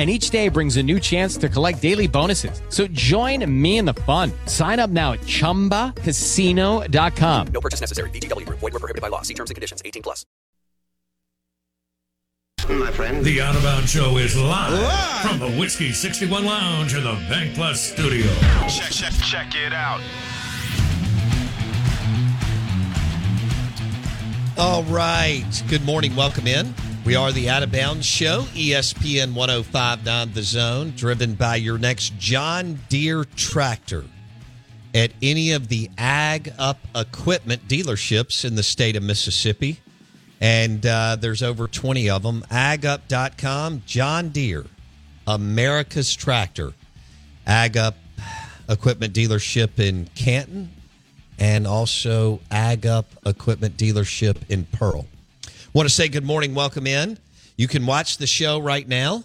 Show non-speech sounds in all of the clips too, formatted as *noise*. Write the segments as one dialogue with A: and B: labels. A: and each day brings a new chance to collect daily bonuses. So join me in the fun. Sign up now at ChumbaCasino.com.
B: No purchase necessary. VGW Group. Void were prohibited by law. See terms and conditions. 18 plus.
C: My friend.
D: The Out of Bounds Show is live, from the Whiskey 61 Lounge in the Bank Plus studio.
C: Check, check, check it out.
E: All right. Good morning. Welcome in. We are the Out of Bounds Show, E ESPN 1059 The Zone, driven by your next John Deere tractor at any of the Ag Up equipment dealerships in the state of Mississippi. And uh, there's over 20 of them. AgUp.com, John Deere, America's tractor. Ag Up equipment dealership in Canton, and also Ag Up Equipment Dealership in Pearl. Want to say good morning, welcome in. You can watch the show right now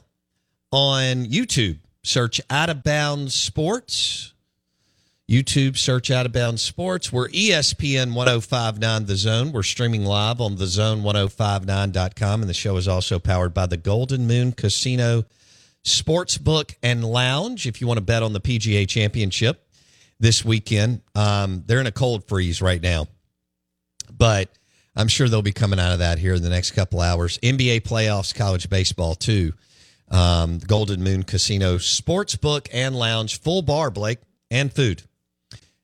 E: on YouTube. Search Out of Bounds Sports. YouTube, search Out of Bounds Sports. We're E ESPN 1059 The Zone. We're streaming live on thezone1059.com, and the show is also powered by the Golden Moon Casino Sportsbook and Lounge. If you want to bet on the PGA Championship, this weekend. Um, they're in a cold freeze right now, but I'm sure they'll be coming out of that here in the next couple hours. NBA playoffs, college baseball too. Um, Golden Moon Casino Sportsbook and Lounge, full bar, Blake, and food,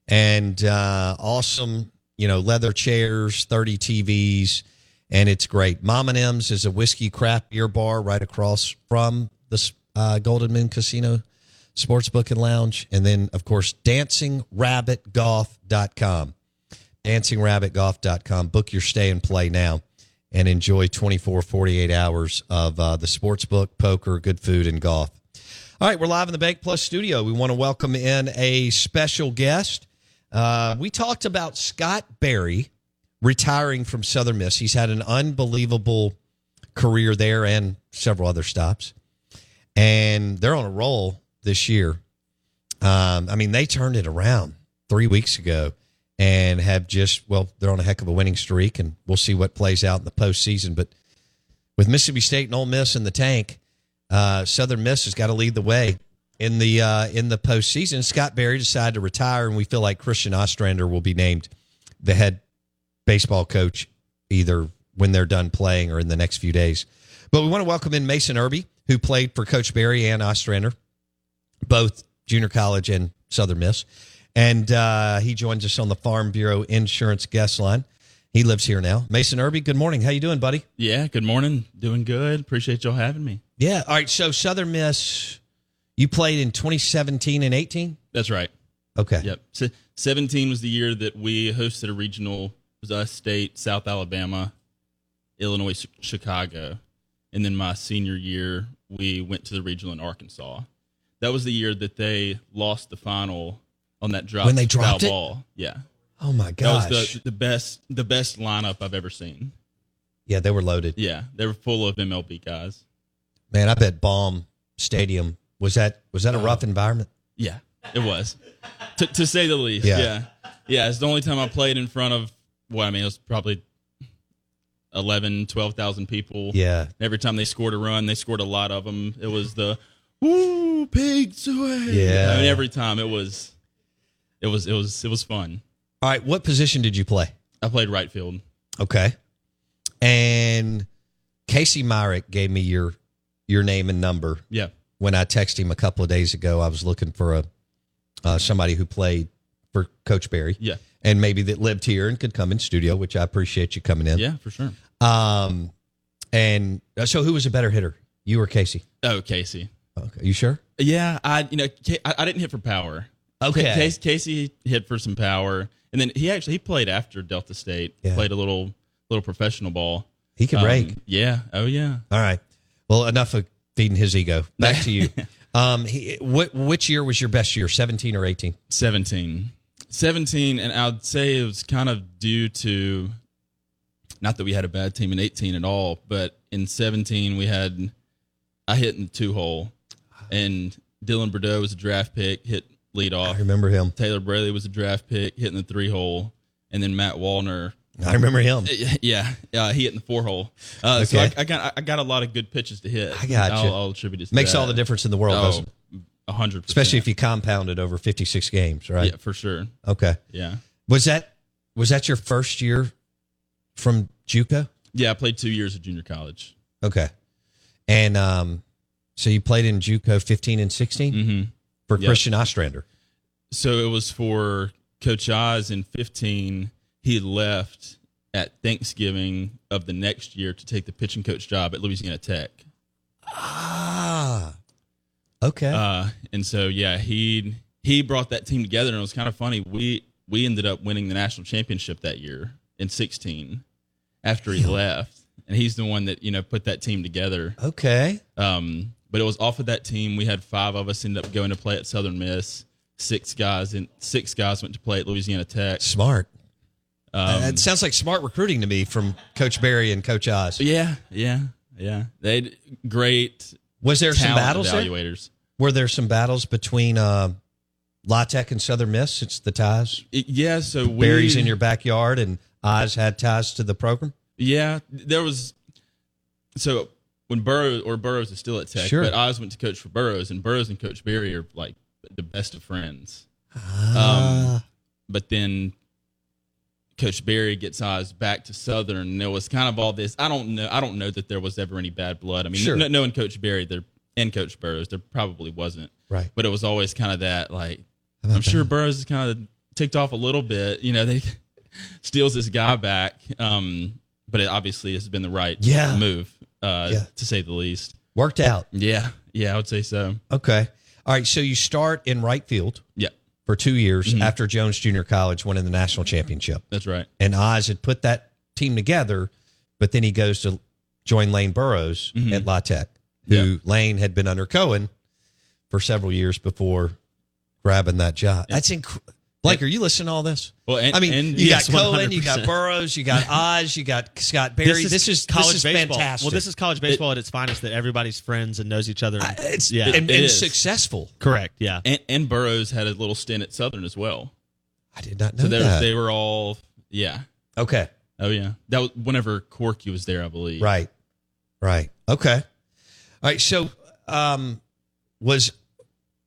E: and uh, awesome. You know, leather chairs, 30 TVs, and it's great. Mom and M's is a whiskey craft beer bar right across from the uh, Golden Moon Casino Sportsbook and Lounge. And then, of course, dancingrabbitgolf.com. Dancingrabbitgolf.com. Book your stay and play now and enjoy 24, 48 hours of uh, the sportsbook, poker, good food, and golf. All right, we're live in the Bank Plus studio. We want to welcome in a special guest. Uh, we talked about Scott Barry retiring from Southern Miss. He's had an unbelievable career there and several other stops. And they're on a roll this year. Um, I mean, they turned it around three weeks ago and have just, well, they're on a heck of a winning streak, and we'll see what plays out in the postseason. But with Mississippi State and Ole Miss in the tank, uh, Southern Miss has got to lead the way in the uh, in the postseason. Scott Barry decided to retire, and we feel like Christian Ostrander will be named the head baseball coach either when they're done playing or in the next few days. But we want to welcome in Mason Irby, who played for Coach Barry and Ostrander both junior college and Southern Miss. And uh, he joins us on the Farm Bureau Insurance guest line. He lives here now. Mason Irby, good morning. How you doing, buddy?
F: Yeah, good morning. Doing good. Appreciate y'all having me.
E: Yeah. All right. So Southern Miss, you played in 2017 and 18.
F: That's right.
E: Okay.
F: Yep. Se- 17 was the year that we hosted a regional. It was us state, South Alabama, Illinois, Chi- Chicago. And then my senior year, we went to the regional in Arkansas. That was the year that they lost the final on that drop
E: When they
F: foul
E: dropped it?
F: ball. Yeah.
E: Oh my gosh.
F: That was the, the best the best lineup I've ever seen.
E: yeah, they were loaded.
F: Yeah. They were full of MLB guys.
E: Man, I bet Baum Stadium was that was that a rough environment?
F: Yeah, it was, to, to say the least.
E: Yeah.
F: Yeah. yeah, It's the only time I played in front of. Well, I mean, it was probably 11, 12,000 people.
E: Yeah.
F: Every time they scored a run, they scored a lot of them. It was the Woo, pigs away.
E: Yeah.
F: I mean, every time it was, it was, it was, it was fun.
E: All right, what position did you play?
F: I played right field.
E: Okay. And Casey Myrick gave me your your name and number
F: Yeah.
E: when I texted him a couple of days ago. I was looking for a uh, somebody who played for Coach Barry
F: Yeah.
E: and maybe that lived here and could come in studio, which I appreciate you coming in.
F: Yeah, for sure.
E: Um, and uh, so who was a better hitter, you or Casey?
F: Oh, Casey.
E: Okay, you sure?
F: Yeah. I, you know, Ca- I, I didn't hit for power.
E: Okay.
F: Casey, Casey hit for some power. And then he actually, he played after Delta State,
E: Yeah.
F: played a little, little professional ball.
E: He can
F: Um,
E: break.
F: Yeah. Oh, yeah.
E: All right. Well, enough of feeding his ego. Back to *laughs* you. Um, he, wh- which year was your best year, seventeen or eighteen?
F: 17 17 and i'd say it was kind of due to not that we had a bad team in 18 at all but in 17 we had i hit in the two hole and dylan bordeaux was a draft pick hit lead
E: I
F: off
E: remember him.
F: taylor braley was a draft pick hitting the three hole and then matt walner *laughs*
E: I remember him.
F: yeah uh, he hit in the four hole uh, so I,
E: Okay.
F: I got i got a lot of good pitches to hit
E: I gotcha.
F: i'll, I'll attribute it to
E: Makes
F: that.
E: all the difference in the world,
F: oh,
E: doesn't it?
F: 100%
E: especially if you compound it over fifty-six games, right?
F: yeah for sure
E: Okay.
F: yeah
E: Was that was that your first year from JUCO?
F: Yeah, I played two years of junior college.
E: Okay. And um, so you played in JUCO fifteen and 16
F: hmm
E: for
F: Yep.
E: Christian Ostrander.
F: So it was for Coach Oz in 15. He left at Thanksgiving of the next year to take the pitching coach job at Louisiana Tech.
E: Ah. Okay.
F: Uh, and so yeah, he he brought that team together, and it was kind of funny. We we ended up winning the national championship that year in 16 after he left, and he's the one that you know put that team together.
E: okay.
F: Um, but it was off of that team. We had five of us end up going to play at Southern Miss. Six guys and six guys went to play at Louisiana Tech.
E: Smart.
F: Um,
E: that sounds like smart recruiting to me from Coach Barry and Coach Oz.
F: yeah, yeah, yeah. They had great
E: Was there some
F: talent
E: battles? there?
F: evaluators.
E: Were there some battles between uh, La Tech and Southern Miss since the ties?
F: It- yeah, so we,
E: Barry's in your backyard and Oz had ties to the program?
F: Yeah, there was. So when Burrows or Burrows is still at Tech,
E: Sure.
F: but Oz went to coach for Burrows, and Burrows and Coach Barry are like the best of friends. Um,
E: Ah.
F: but then Coach Barry gets Oz back to Southern. And there was kind of all this. I don't know. I don't know that there was ever any bad blood. I mean,
E: Sure.
F: no, knowing Coach Barry, there and Coach Burrows, there probably wasn't.
E: Right.
F: But it was always kind of that. Like
E: about
F: I'm sure
E: that?
F: Burrows is kind of ticked off a little bit. You know, they *laughs* steals this guy back. Um, but it obviously has been the right
E: Yeah.
F: move, uh,
E: Yeah.
F: to say the least.
E: Worked out.
F: Yeah, yeah, I would say so.
E: Okay. All right. So you start in right field
F: Yeah,
E: for two years
F: Mhm.
E: after Jones Junior College won in the national championship.
F: that's right.
E: And Oz had put that team together, but then he goes to join Lane Burrows
G: Mm-hmm.
F: Mhm.
E: at La Tech, who
F: Yeah.
E: Lane had been under Cohen for several years before grabbing that job. That's incredible. Blake, are you listening to all this?
F: Well, and,
E: I mean,
F: and
E: you
F: yes,
E: got Cohen, you got
G: 100%.
E: Burrows, you got Oz, you got Scott Barry. This is, college
G: college baseball.
E: fantastic.
G: Well, this is college baseball at its finest that everybody's friends and knows each other.
E: I- it's
G: yeah,
E: and, and
F: It is.
E: successful.
G: correct. Yeah,
F: and, and Burrows had a little stint at Southern as well.
E: I did not know
F: So there,
E: that.
F: they were all, yeah.
E: okay.
F: Oh yeah, that was whenever Corky was there, I believe.
E: Right. Right. Okay. All right. So um was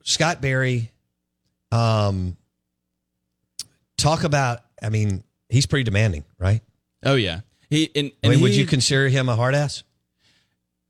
E: Scott Barry um talk about I mean, he's pretty demanding, right?
F: Oh yeah. He and,
E: I
F: and
E: mean, would
F: he-
E: you consider him a hard ass?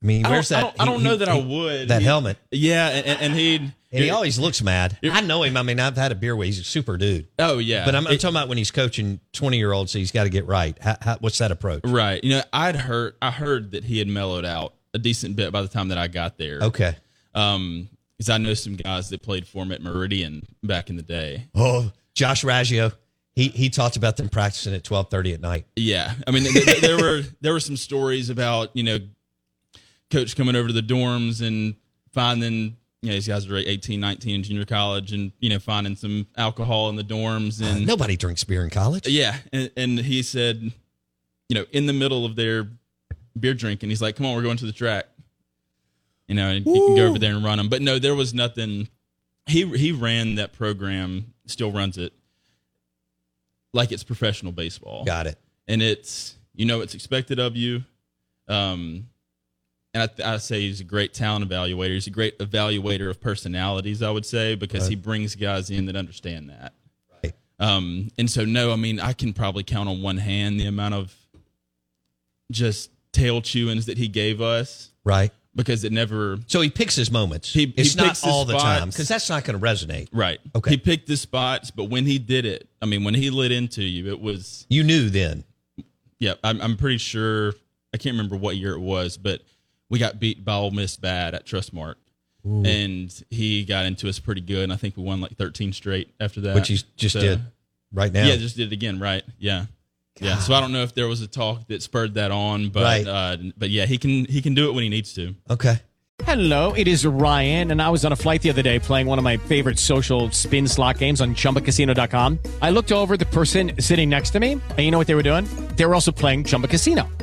E: I mean,
F: I don't-
E: where's
F: I
E: that?
F: don't- I don't know that I would.
E: That
F: He-
E: helmet.
F: Yeah, and, and, and he'd.
E: And he always looks mad.
F: it-
E: I know him. I mean, I've had a beer with. He's a super dude.
F: Oh yeah.
E: But I'm, I'm
F: It-
E: talking about when he's coaching 20 year olds, so he's got to get right. How, how, what's that approach?
F: right. You know, I'd heard. I heard that he had mellowed out a decent bit by the time that I got there.
E: Okay.
F: Um, because I know some guys that played for him at Meridian back in the day.
E: Oh, Josh Raggio. He he talked about them practicing at 12:30 at night.
F: Yeah, I mean, th- th- there were there were some stories about you know, coach coming over to the dorms and finding you know these guys are 18, 19 in junior college, and you know finding some alcohol in the dorms
E: Uh,
F: and
E: nobody drinks beer in college.
F: yeah, and, and he said, you know, in the middle of their beer drinking, he's like, "Come on, we're going to the track," you know, and you can go over there and run them. But no, there was nothing. He he ran that program, still runs it, like it's professional baseball
E: Got it.
F: and it's You know what's expected of you. Um, and I, I say he's a great talent evaluator. He's a great evaluator of personalities, I would say, because
E: Right.
F: he brings guys in that understand that. Right. Um, and so, no, I mean, I can probably count on one hand the amount of just tail chewings that he gave us.
E: Right.
F: Because it never.
E: So he picks his moments.
F: He,
E: It's
F: he
E: not
F: picks his
E: all the time
F: spots.
E: because that's not going to resonate.
F: Right. Okay. He picked his spots, but when he did it, I mean, when he lit into you, it was.
E: You knew then.
F: Yeah, I'm, I'm pretty sure. I can't remember what year it was, but we got beat by Ole Miss bad at Trustmark,
E: Ooh.
F: and he got into us pretty good. And I think we won like 13 straight after that,
E: Which he just did right now.
F: Yeah, just did it again. Right. Yeah. Yeah. So I don't know if there was a talk that spurred that on, but
E: Right.
F: uh, but yeah, he can he can do it when he needs to.
E: Okay.
A: Hello, it is Ryan, and I was on a flight the other day playing one of my favorite social spin slot games on chumbacasino.com. I looked over at the person sitting next to me, and you know what they were doing? They were also playing Chumba Casino.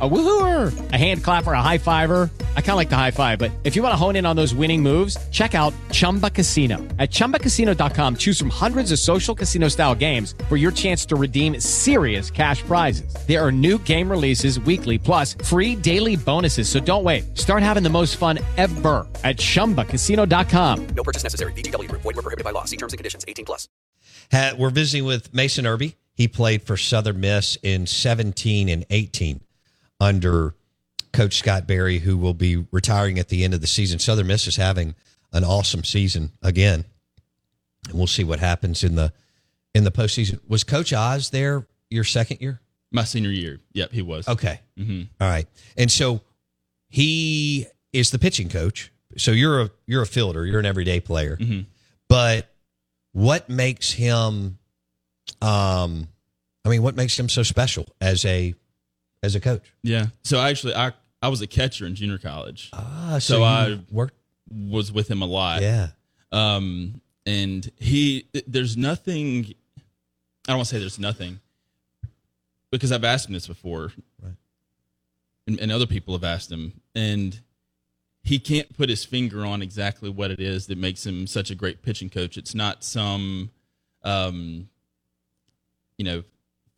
A: A woohooer, a hand clapper, a high fiver. I kind of like the high five, but if you want to hone in on those winning moves, check out Chumba Casino. At chumbacasino.com, choose from hundreds of social casino style games for your chance to redeem serious cash prizes. There are new game releases weekly, plus free daily bonuses. So don't wait. Start having the most fun ever at chumbacasino.com.
B: No purchase necessary. VGW Group. Void were prohibited by law. See terms and conditions. 18 plus.
E: Ha- we're visiting with Mason Irby. He played for Southern Miss in 17 and 18 under Coach Scott Barry, who will be retiring at the end of the season. Southern Miss is having an awesome season again, and we'll see what happens in the in the postseason. Was Coach Oz there your second year?
F: My senior year, yep, he was.
E: Okay,
F: hmm
E: all right. And so he is the pitching coach. So you're a you're a fielder. You're an everyday player
F: hmm
E: but what makes him um i mean what makes him so special as a as a coach
F: Yeah. So actually, I I was a catcher in junior college.
E: ah
F: so
E: you
F: I-
E: worked
F: was with him a lot.
E: yeah
F: Um, and he, th- there's nothing, I don't want to say there's nothing because I've asked him this before.
E: Right.
F: And, and other people have asked him. And he can't put his finger on exactly what it is that makes him such a great pitching coach. It's not some, um, you know,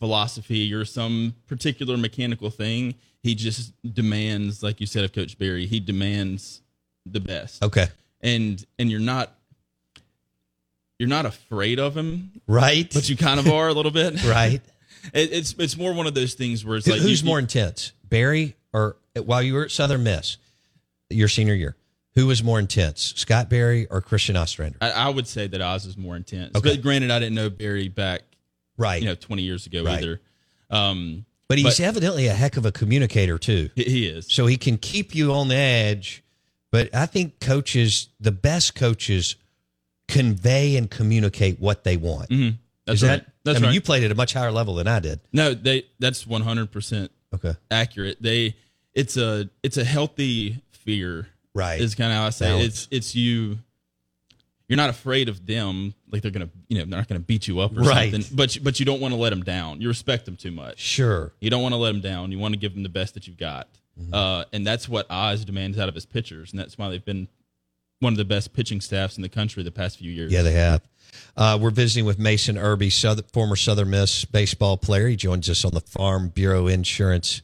F: philosophy or some particular mechanical thing. He just demands, like you said of Coach Barry, he demands the best
E: okay
F: and and you're not you're not afraid of him,
E: right
F: but you kind of are a little bit.
E: *laughs* right
F: It, it's it's more one of those things where *laughs* it's
E: Who-
F: like
E: who's
F: you-
E: more intense barry or while you were at southern miss your senior year who was more intense scott barry or christian ostrander
F: I, I would say that Oz is more intense.
E: Okay.
F: But granted, I didn't know Barry back
E: right
F: you know 20 years ago
E: Right.
F: either. Um,
E: but he's
F: but-
E: evidently a heck of a communicator too
F: he, he is.
E: so he can keep you on the edge. But I think coaches, the best coaches, convey and communicate what they want.
F: Mhm. That's
E: Is that-
F: right. That's
E: I mean,
F: right.
E: you played at a much higher level than I did.
F: no, they that's 100 percent
E: Okay,
F: accurate. They it's a it's a healthy fear
E: right.
F: is kind of how I say it.
E: Balance.
F: it's it's you. You're not afraid of them, like they're gonna, you know, they're not gonna beat you up or
E: Right.
F: something. But you- but you don't want to let them down. You respect them too much.
E: sure.
F: You don't want to let them down. You want to give them the best that you've got,
E: Mm-hmm.
F: uh, and that's what Oz demands out of his pitchers, and that's why they've been one of the best pitching staffs in the country the past few years.
E: Yeah, they have. Uh, we're visiting with Mason Irby, Southern, former Southern Miss baseball player. He joins us on the Farm Bureau Insurance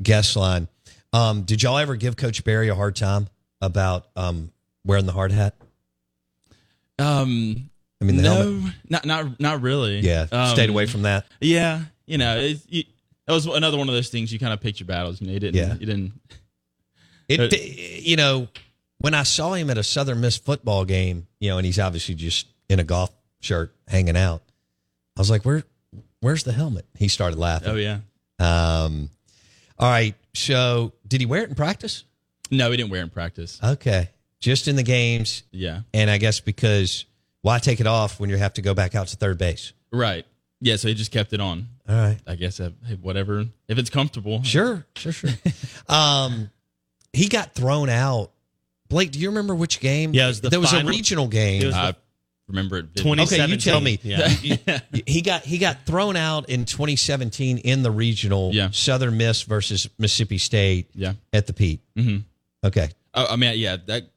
E: guest line. Um, did y'all ever give Coach Barry a hard time about um, wearing the hard hat?
F: Um,
E: I mean, the
F: no,
E: helmet.
F: not not not really.
E: Yeah,
F: Um,
E: stayed away from that.
F: Yeah, you know, it's, you, that was another one of those things you kind of picture battles. You know, you didn't.
E: Yeah.
F: You didn't.
E: It, you know, when I saw him at a Southern Miss football game, you know, and he's obviously just in a golf shirt hanging out. I was like, "Where, where's the helmet?" He started
F: Oh
E: laughing.
F: yeah.
E: Um, all right. So, did he wear it in practice?
F: No, we didn't wear it in practice.
E: Okay, just in the games,
F: Yeah.
E: and I guess because why take it off when you have to go back out to third base?
F: Right. Yeah. So he just kept it on.
E: All right.
F: I guess uh, hey, whatever. If it's comfortable.
E: Sure, sure, sure. um, he got thrown out. Blake, do you remember which game?
G: Yeah, it was the
E: there was
G: final-
E: a regional game. Uh,
G: it was the-
F: I remember it. *laughs* vividly.
E: okay, you tell me.
G: 2017, yeah.
E: You- *laughs* he got he got thrown out in 2017 in the regional.
F: Yeah.
E: Southern Miss versus Mississippi State
F: Yeah.
E: at the Pete.
F: Mm-hmm.
E: Okay,
F: Oh, I mean, yeah, that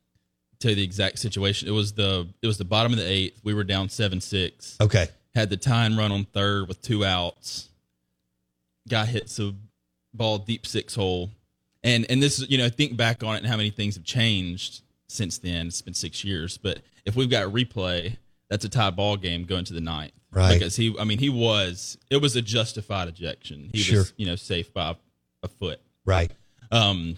F: tell you the exact situation. It was the it was the bottom of the eighth. We were down seven six.
E: okay.
F: Had the tying run on third with two outs. Guy hits a ball deep six hole, and and this is you know think back on it and how many things have changed since then. It's been six years, but if we've got replay, that's a tie ball game going to the ninth.
E: Right.
F: Because he, I mean, he was. It was a justified ejection. He
E: Sure.
F: was, you know, safe by a foot.
E: Right.
F: Um,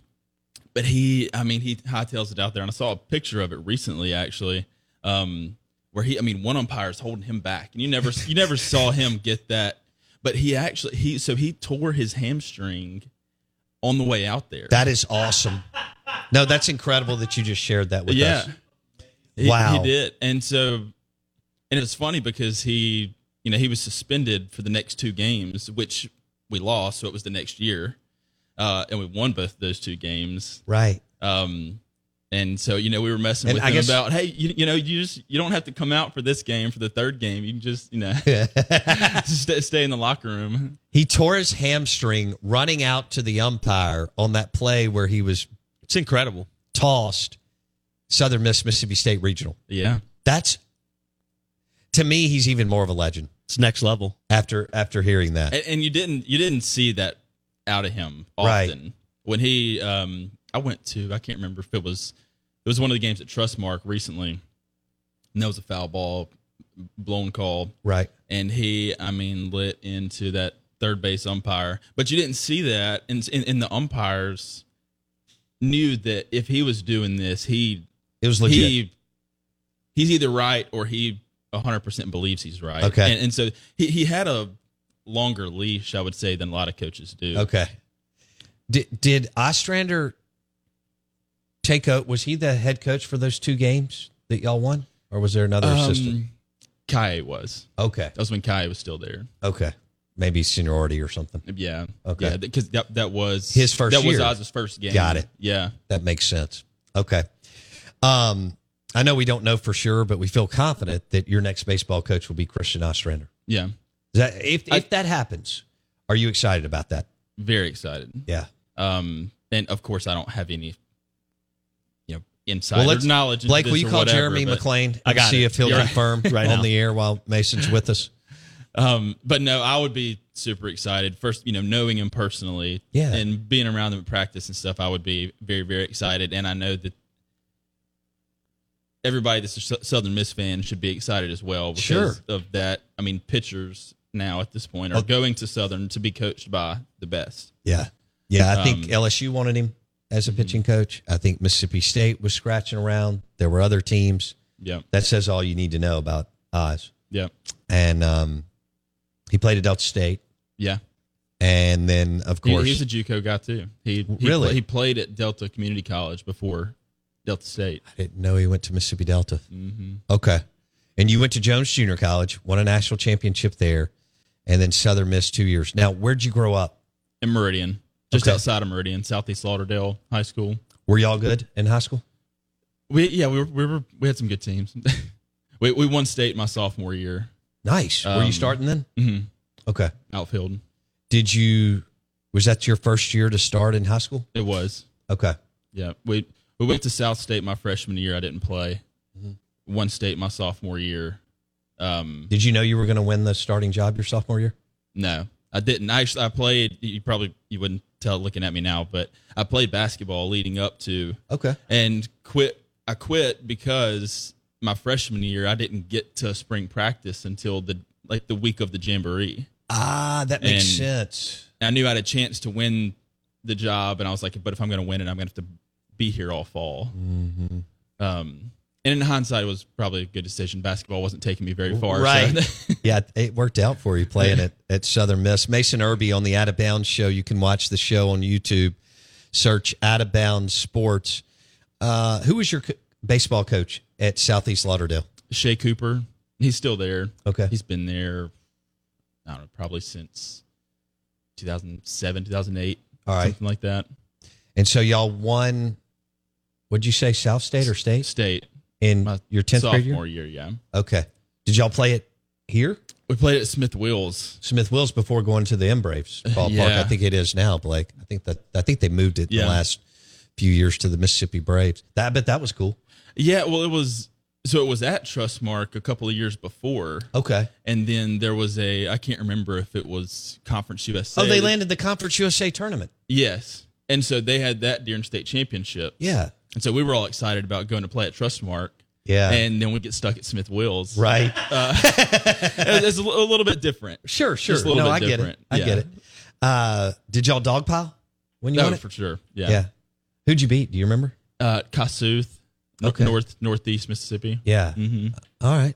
F: but he, I mean, he hightails it out there, and I saw a picture of it recently, actually, um, where he, I mean, one umpire is holding him back, and you never, you never saw him get that. But he actually, he, so he tore his hamstring on the way out there.
E: That is awesome. No, that's incredible that you just shared that with
F: yeah,
E: us.
F: He-
E: Wow.
F: he did, and so, and it's funny because he, you know, he was suspended for the next two games, which we lost, so it was the next year, uh, and we won both those two games.
E: Right.
F: Um, and so you know we were messing
E: And
F: with
E: I
F: him
E: guess-
F: about hey you, you know you just you don't have to come out for this game for the third game you can just you know *laughs* stay, stay in the locker room
E: He tore his hamstring running out to the umpire on that play where he was
G: It's incredible.
E: tossed Southern Miss Mississippi State Regional.
F: yeah
E: That's to me, he's even more of a legend
G: It's next level.
E: after after hearing that.
F: and, and you didn't you didn't see that out of him
E: Right.
F: often when he um I went to I can't remember if it was it was one of the games at Trustmark recently and that was a foul ball blown call
E: Right.
F: and he i mean lit into that third base umpire but you didn't see that and, and, and the umpires knew that if he was doing this he
E: It was legit.
F: he he's either right or he 100% believes he's right
E: Okay.
F: and, and so he, he had a longer leash i would say than a lot of coaches do
E: okay. Did did Ostrander take out was he the head coach for those two games that y'all won? Or was there another assistant?
F: um, kai was
E: Okay.
F: that was when kai was still there
E: Okay. Maybe seniority or something.
F: yeah
E: Okay.
F: yeah because that, that was
E: His first
F: that
E: year.
F: was oz's first game
E: Got it.
F: yeah
E: That makes sense. Okay. Um, I know we don't know for sure, but we feel confident that your next baseball coach will be Christian Ostrander.
F: yeah
E: Is that, if if
F: I-
E: that happens, are you excited about that?
F: very excited
E: Yeah.
F: Um, and of course, I don't have any, you know, insider
E: Well, let's-
F: knowledge. into
E: Blake, will
F: this
E: you
F: or
E: call
F: whatever,
E: Jeremy
F: but,
E: McLean
G: I
E: and
G: got
E: see
G: it.
E: if he'll
F: Yeah.
E: confirm
G: Right
E: on
G: now.
E: the air while Mason's with us?
F: Um, but no, I would be super excited. First, you know, knowing him personally,
E: Yeah.
F: and being around them at practice and stuff, I would be very, very excited. And I know that everybody that's a Sou- Southern Miss fan should be excited as well because
E: Sure.
F: of that. I mean, pitchers now at this point are
E: Oh.
F: going to Southern to be coached by the best.
E: Yeah. Yeah. I think
F: Um,
E: LSU wanted him as a pitching coach. I think Mississippi State was scratching around. There were other teams.
F: Yeah,
E: That says all you need to know about Oz.
F: yeah,
E: And um, he played at Delta State.
F: yeah.
E: And then, of
F: He,
E: course,
F: he's a JUCO guy too. He, he
E: Really?
F: pla- he played at Delta Community College before Delta State.
E: Didn't know he went to Mississippi Delta.
F: Mm-hmm.
E: Okay. And you went to Jones Junior College, won a national championship there, and then Southern Miss two years. Now, where'd you grow up?
F: In Meridian, just
E: Okay.
F: outside of Meridian, Southeast Lauderdale High School.
E: Were y'all good in high school?
F: We yeah we were, we were we had some good teams. *laughs* we we won state my sophomore year.
E: Nice. Were you
F: Um,
E: starting then?
F: Mm-hmm.
E: Okay.
F: Outfield
E: Did you, was that your first year to start in high school?
F: it was
E: Okay.
F: yeah we we went to South State my freshman year. I didn't play.
E: Mm-hmm.
F: One state my sophomore year. Um,
E: Did you know you were going to win the starting job your sophomore year?
F: No, I didn't. I actually I played. You probably you wouldn't tell looking at me now, but I played basketball leading up to
E: Okay.
F: and quit. I quit because my freshman year I didn't get to spring practice until the like the week of the jamboree.
E: Ah, that makes
F: And-
E: sense.
F: And I knew I had a chance to win the job, and I was like, but if I'm going to win it, I'm going to have to be here all fall.
E: Mm-hmm.
F: Um, and in hindsight, it was probably a good decision. Basketball wasn't taking me very far, so-
E: Right. Yeah, it worked out for you playing at, at Southern Miss. Mason Irby on the Out of Bounds show. You can watch the show on YouTube. Search Out of Bounds Sports. Uh, who was your co- baseball coach at Southeast Lauderdale?
F: *laughs* Shea Cooper. He's still there.
E: Okay.
F: He's been there, I don't know, probably since 2007, 2008,
E: All right.
F: something like that.
E: And so y'all won. Would you say South State or State?
F: State.
E: In your tenth grade
F: sophomore year, yeah.
E: Okay. Did y'all play it here?
F: We played at Smith Wills.
E: Smith Wills before going to the
F: *laughs*
E: M Braves ballpark.
F: Yeah.
E: I think it is now, Blake. I think that I think they moved it the
F: Yeah.
E: last few years to the Mississippi Braves. That I bet that was cool.
F: Yeah, well, it was so it was at Trustmark a couple of years before.
E: Okay.
F: And then there was a I can't remember if it was Conference USA.
E: Oh, they landed the Conference USA tournament.
F: Yes, and so they had that during state championship.
E: Yeah.
F: and so we were all excited about going to play at Trustmark.
E: Yeah.
F: and then we get stuck at Smith Wills. *laughs*
E: Right.
F: Uh, it's it's a li- a little bit
E: *laughs*
F: different.
E: Sure, sure.
F: Just a little
E: no,
F: bit
E: I get
F: different.
E: it. I
F: Yeah.
E: get it. Uh, did y'all dogpile when you
F: No,
E: won it?
F: for sure. Yeah.
E: Who'd you beat? Do you remember?
F: Uh, Kasuth, n-
E: Okay.
F: north northeast Mississippi.
E: Yeah.
F: hmm
E: All right.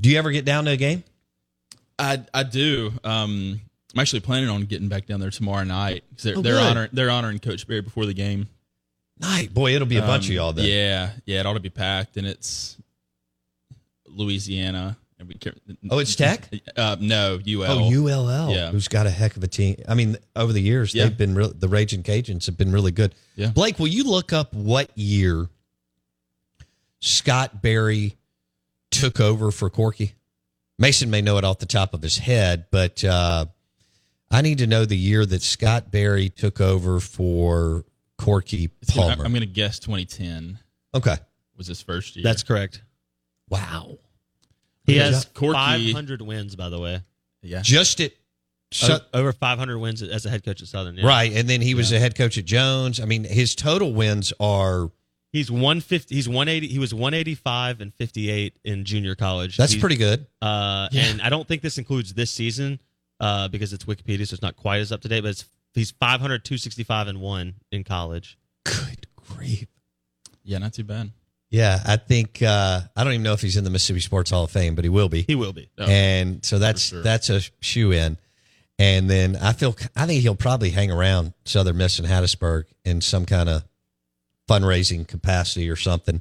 E: do you ever get down to a game?
F: I I do. Um, I'm actually planning on getting back down there tomorrow night 'cause they're
E: Oh,
F: they're
E: good.
F: honoring they're honoring Coach Barry before the game.
E: Night. Boy, it'll be a bunch
F: Um,
E: of y'all then.
F: Yeah, yeah, it ought to be packed, and it's Louisiana, and we can't.
E: Oh, it's Tech?
F: *laughs* Uh, no, UL.
E: Oh, ULL,
F: Yeah,
E: who's got a heck of a team. I mean, over the years,
F: Yeah.
E: they've been real, the Raging Cajuns have been really good.
F: Yeah.
E: Blake, will you look up what year Scott Barry took over for Corky? Mason may know it off the top of his head, but uh, I need to know the year that Scott Barry took over for Corky
F: It's gonna-
E: Palmer.
F: I'm gonna guess 2010
E: okay.
F: was his first year.
G: That's correct.
E: Wow.
G: He
F: Yeah.
G: has
F: Corky-
G: 500 wins, by the way.
F: yeah.
E: Just at
G: O- over 500 wins as a head coach at Southern. yeah.
E: right, and then he was a head coach at Jones. I mean, his total wins are.
G: He's 150. He's 180. He was 185 and 58 in junior college.
E: That's
G: He's-
E: pretty good.
G: Uh,
E: *laughs*
G: And I don't think this includes this season uh, because it's Wikipedia, so it's not quite as up to date. But it's, he's 500, 265 and one in college.
F: Yeah, not too bad.
E: Yeah, I think uh, I don't even know if he's in the Mississippi Sports Hall of Fame, but he will be.
G: He will be.
F: Oh,
E: and so that's
F: sure.
E: that's a shoe in. And then I feel I think he'll probably hang around Southern Miss and Hattiesburg in some kind of fundraising capacity or something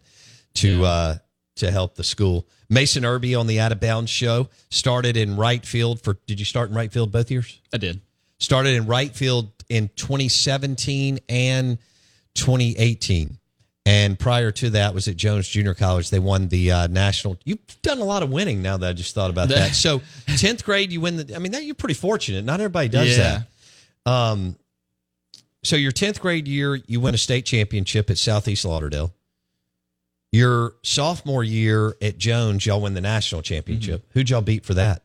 E: to uh, to help the school. Mason Irby on the Out of Bounds show started in right field for. Did you start in right field both years?
F: I did.
E: started in right field in 2017 and 2018 and prior to that was at jones junior college they won the uh, national you've done a lot of winning now that i just thought about
F: *laughs*
E: that so 10th grade you win the i mean that you're pretty fortunate not everybody does
F: Yeah.
E: that um so your 10th grade year you win a state championship at southeast lauderdale your sophomore year at jones y'all win the national championship
F: Mm-hmm.
E: who'd y'all beat for that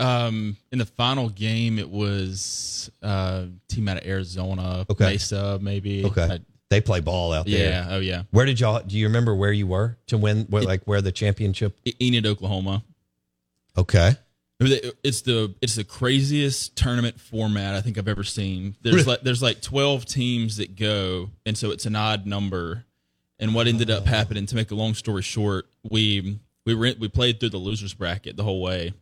F: Um, in the final game, it was uh team out of Arizona,
E: Okay.
F: Mesa, maybe.
E: Okay.
F: I-
E: they play ball out there.
F: Yeah, oh, yeah.
E: Where did y'all? Do you remember where you were to win? Where, like where the championship?
F: E- Enid, Oklahoma.
E: Okay.
F: It's the it's the craziest tournament format I think I've ever seen. There's
E: Really?
F: like there's like twelve teams that go, and so it's an odd number. And what ended up happening, to make a long story short, we we were in- we played through the losers bracket the whole way.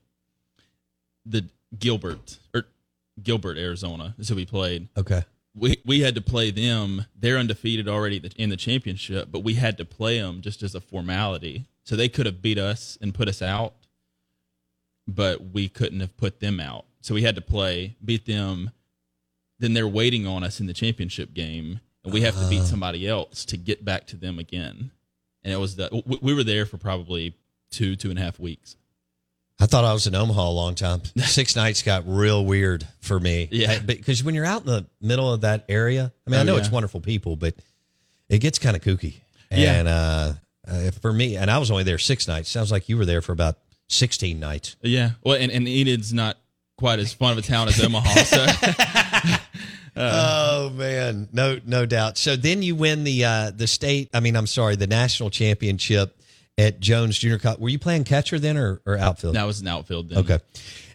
F: The Gilbert or Gilbert, Arizona, is who we played.
E: Okay.
F: We we had to play them. They're undefeated already th- in the championship, but we had to play them just as a formality. So they could have beat us and put us out but we couldn't have put them out. So we had to play, beat them. Then they're waiting on us in the championship game, and we have to beat somebody else to get back to them again. And it was the we- we were there for probably two, two and a half weeks.
E: I thought I was in Omaha a
F: *laughs*
E: long time. Six nights got real weird for me.
F: Yeah.
E: I- because when you're out in the middle of that area, I mean, I
F: Oh,
E: know
F: yeah.
E: it's wonderful people, but it gets kind of kooky.
F: Yeah.
E: And uh, uh, for me, and I was only there six nights. Sounds like you were there for about 16 nights.
F: Yeah. Well, and, and Enid's not quite as fun of a town as Omaha. So Uh.
E: oh man, no, no doubt. So then you win the uh, the state. I mean, I'm sorry, the national championship at Jones Junior College. Were you playing catcher then, or, or outfield?
F: that was an outfield. Then.
E: Okay.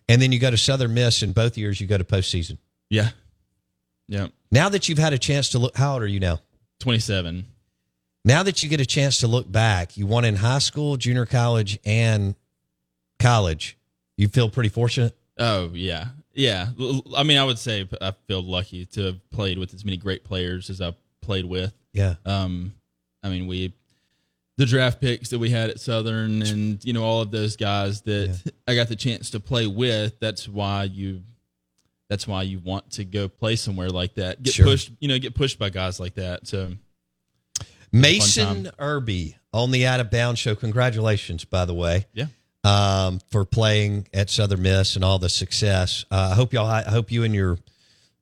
E: And then you go to Southern Miss, and both years you go to postseason.
F: Yeah. Yeah.
E: Now that you've had a chance to look, how old are you now?
F: 27.
E: Now that you get a chance to look back, you won in high school, junior college, and college. You feel pretty fortunate.
F: Oh yeah, yeah. L- l- I mean, I would say p- I feel lucky to have played with as many great players as I played with.
E: Yeah.
F: Um, I mean, we the draft picks that we had at Southern, and you know all of those guys that I got the chance to play with. That's why you. That's why you want to go play somewhere like that. Get
E: Sure.
F: pushed, you know, get pushed by guys like that. So
E: Mason
F: time.
E: Irby on the Out of Bounds show. Congratulations, by the way.
F: Yeah.
E: Um, for playing at Southern Miss and all the success. Uh, I hope y'all. I hope you and your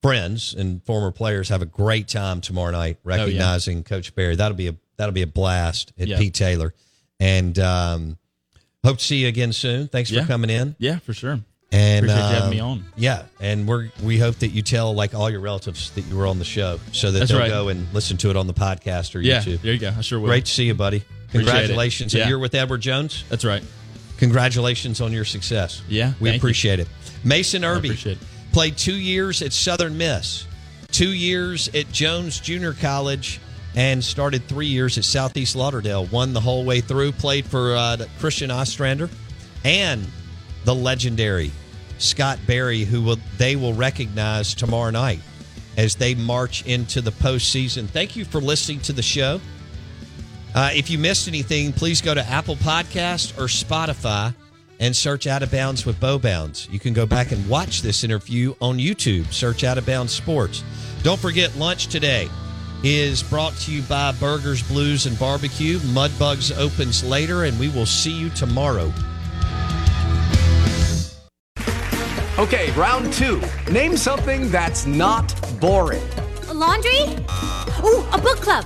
E: friends and former players have a great time tomorrow night
F: Oh, yeah.
E: recognizing Coach Barry. That'll be a that'll be a blast at
F: Yeah.
E: Pete Taylor. And um, hope to see you again soon. Thanks
F: Yeah.
E: for coming in.
F: yeah, for sure.
E: And
F: Appreciate you
E: um,
F: having me on.
E: Yeah, and we're we hope that you tell like all your relatives that you were on the show, so that
F: That's
E: they'll
F: right.
E: go and listen to it on the podcast or
F: Yeah,
E: YouTube.
F: there you go. I sure will.
E: Great to see you, buddy.
F: Appreciate it.
E: Congratulations.
F: Yeah.
E: And You're with Edward Jones.
F: That's right.
E: Congratulations on your success.
F: Yeah,
E: we
F: thank you.
E: appreciate it. Mason Irby
F: appreciate it.
E: played two years at Southern Miss, two years at Jones Junior College, and started three years at Southeast Lauderdale. Won the whole way through. Played for uh, Christian Ostrander and the legendary Scott Barry, who will they will recognize tomorrow night as they march into the postseason. Thank you for listening to the show. Uh, if you missed anything, please go to Apple Podcast or Spotify and search Out of Bounds with Bow Bounds. You can go back and watch this interview on YouTube. Search Out of Bounds Sports. Don't forget, lunch today is brought to you by Burgers, Blues, and Barbecue. Mudbugs opens later, and we will see you tomorrow.
H: Okay, round two. Name something that's not boring.
I: laundry? Ooh, a book club.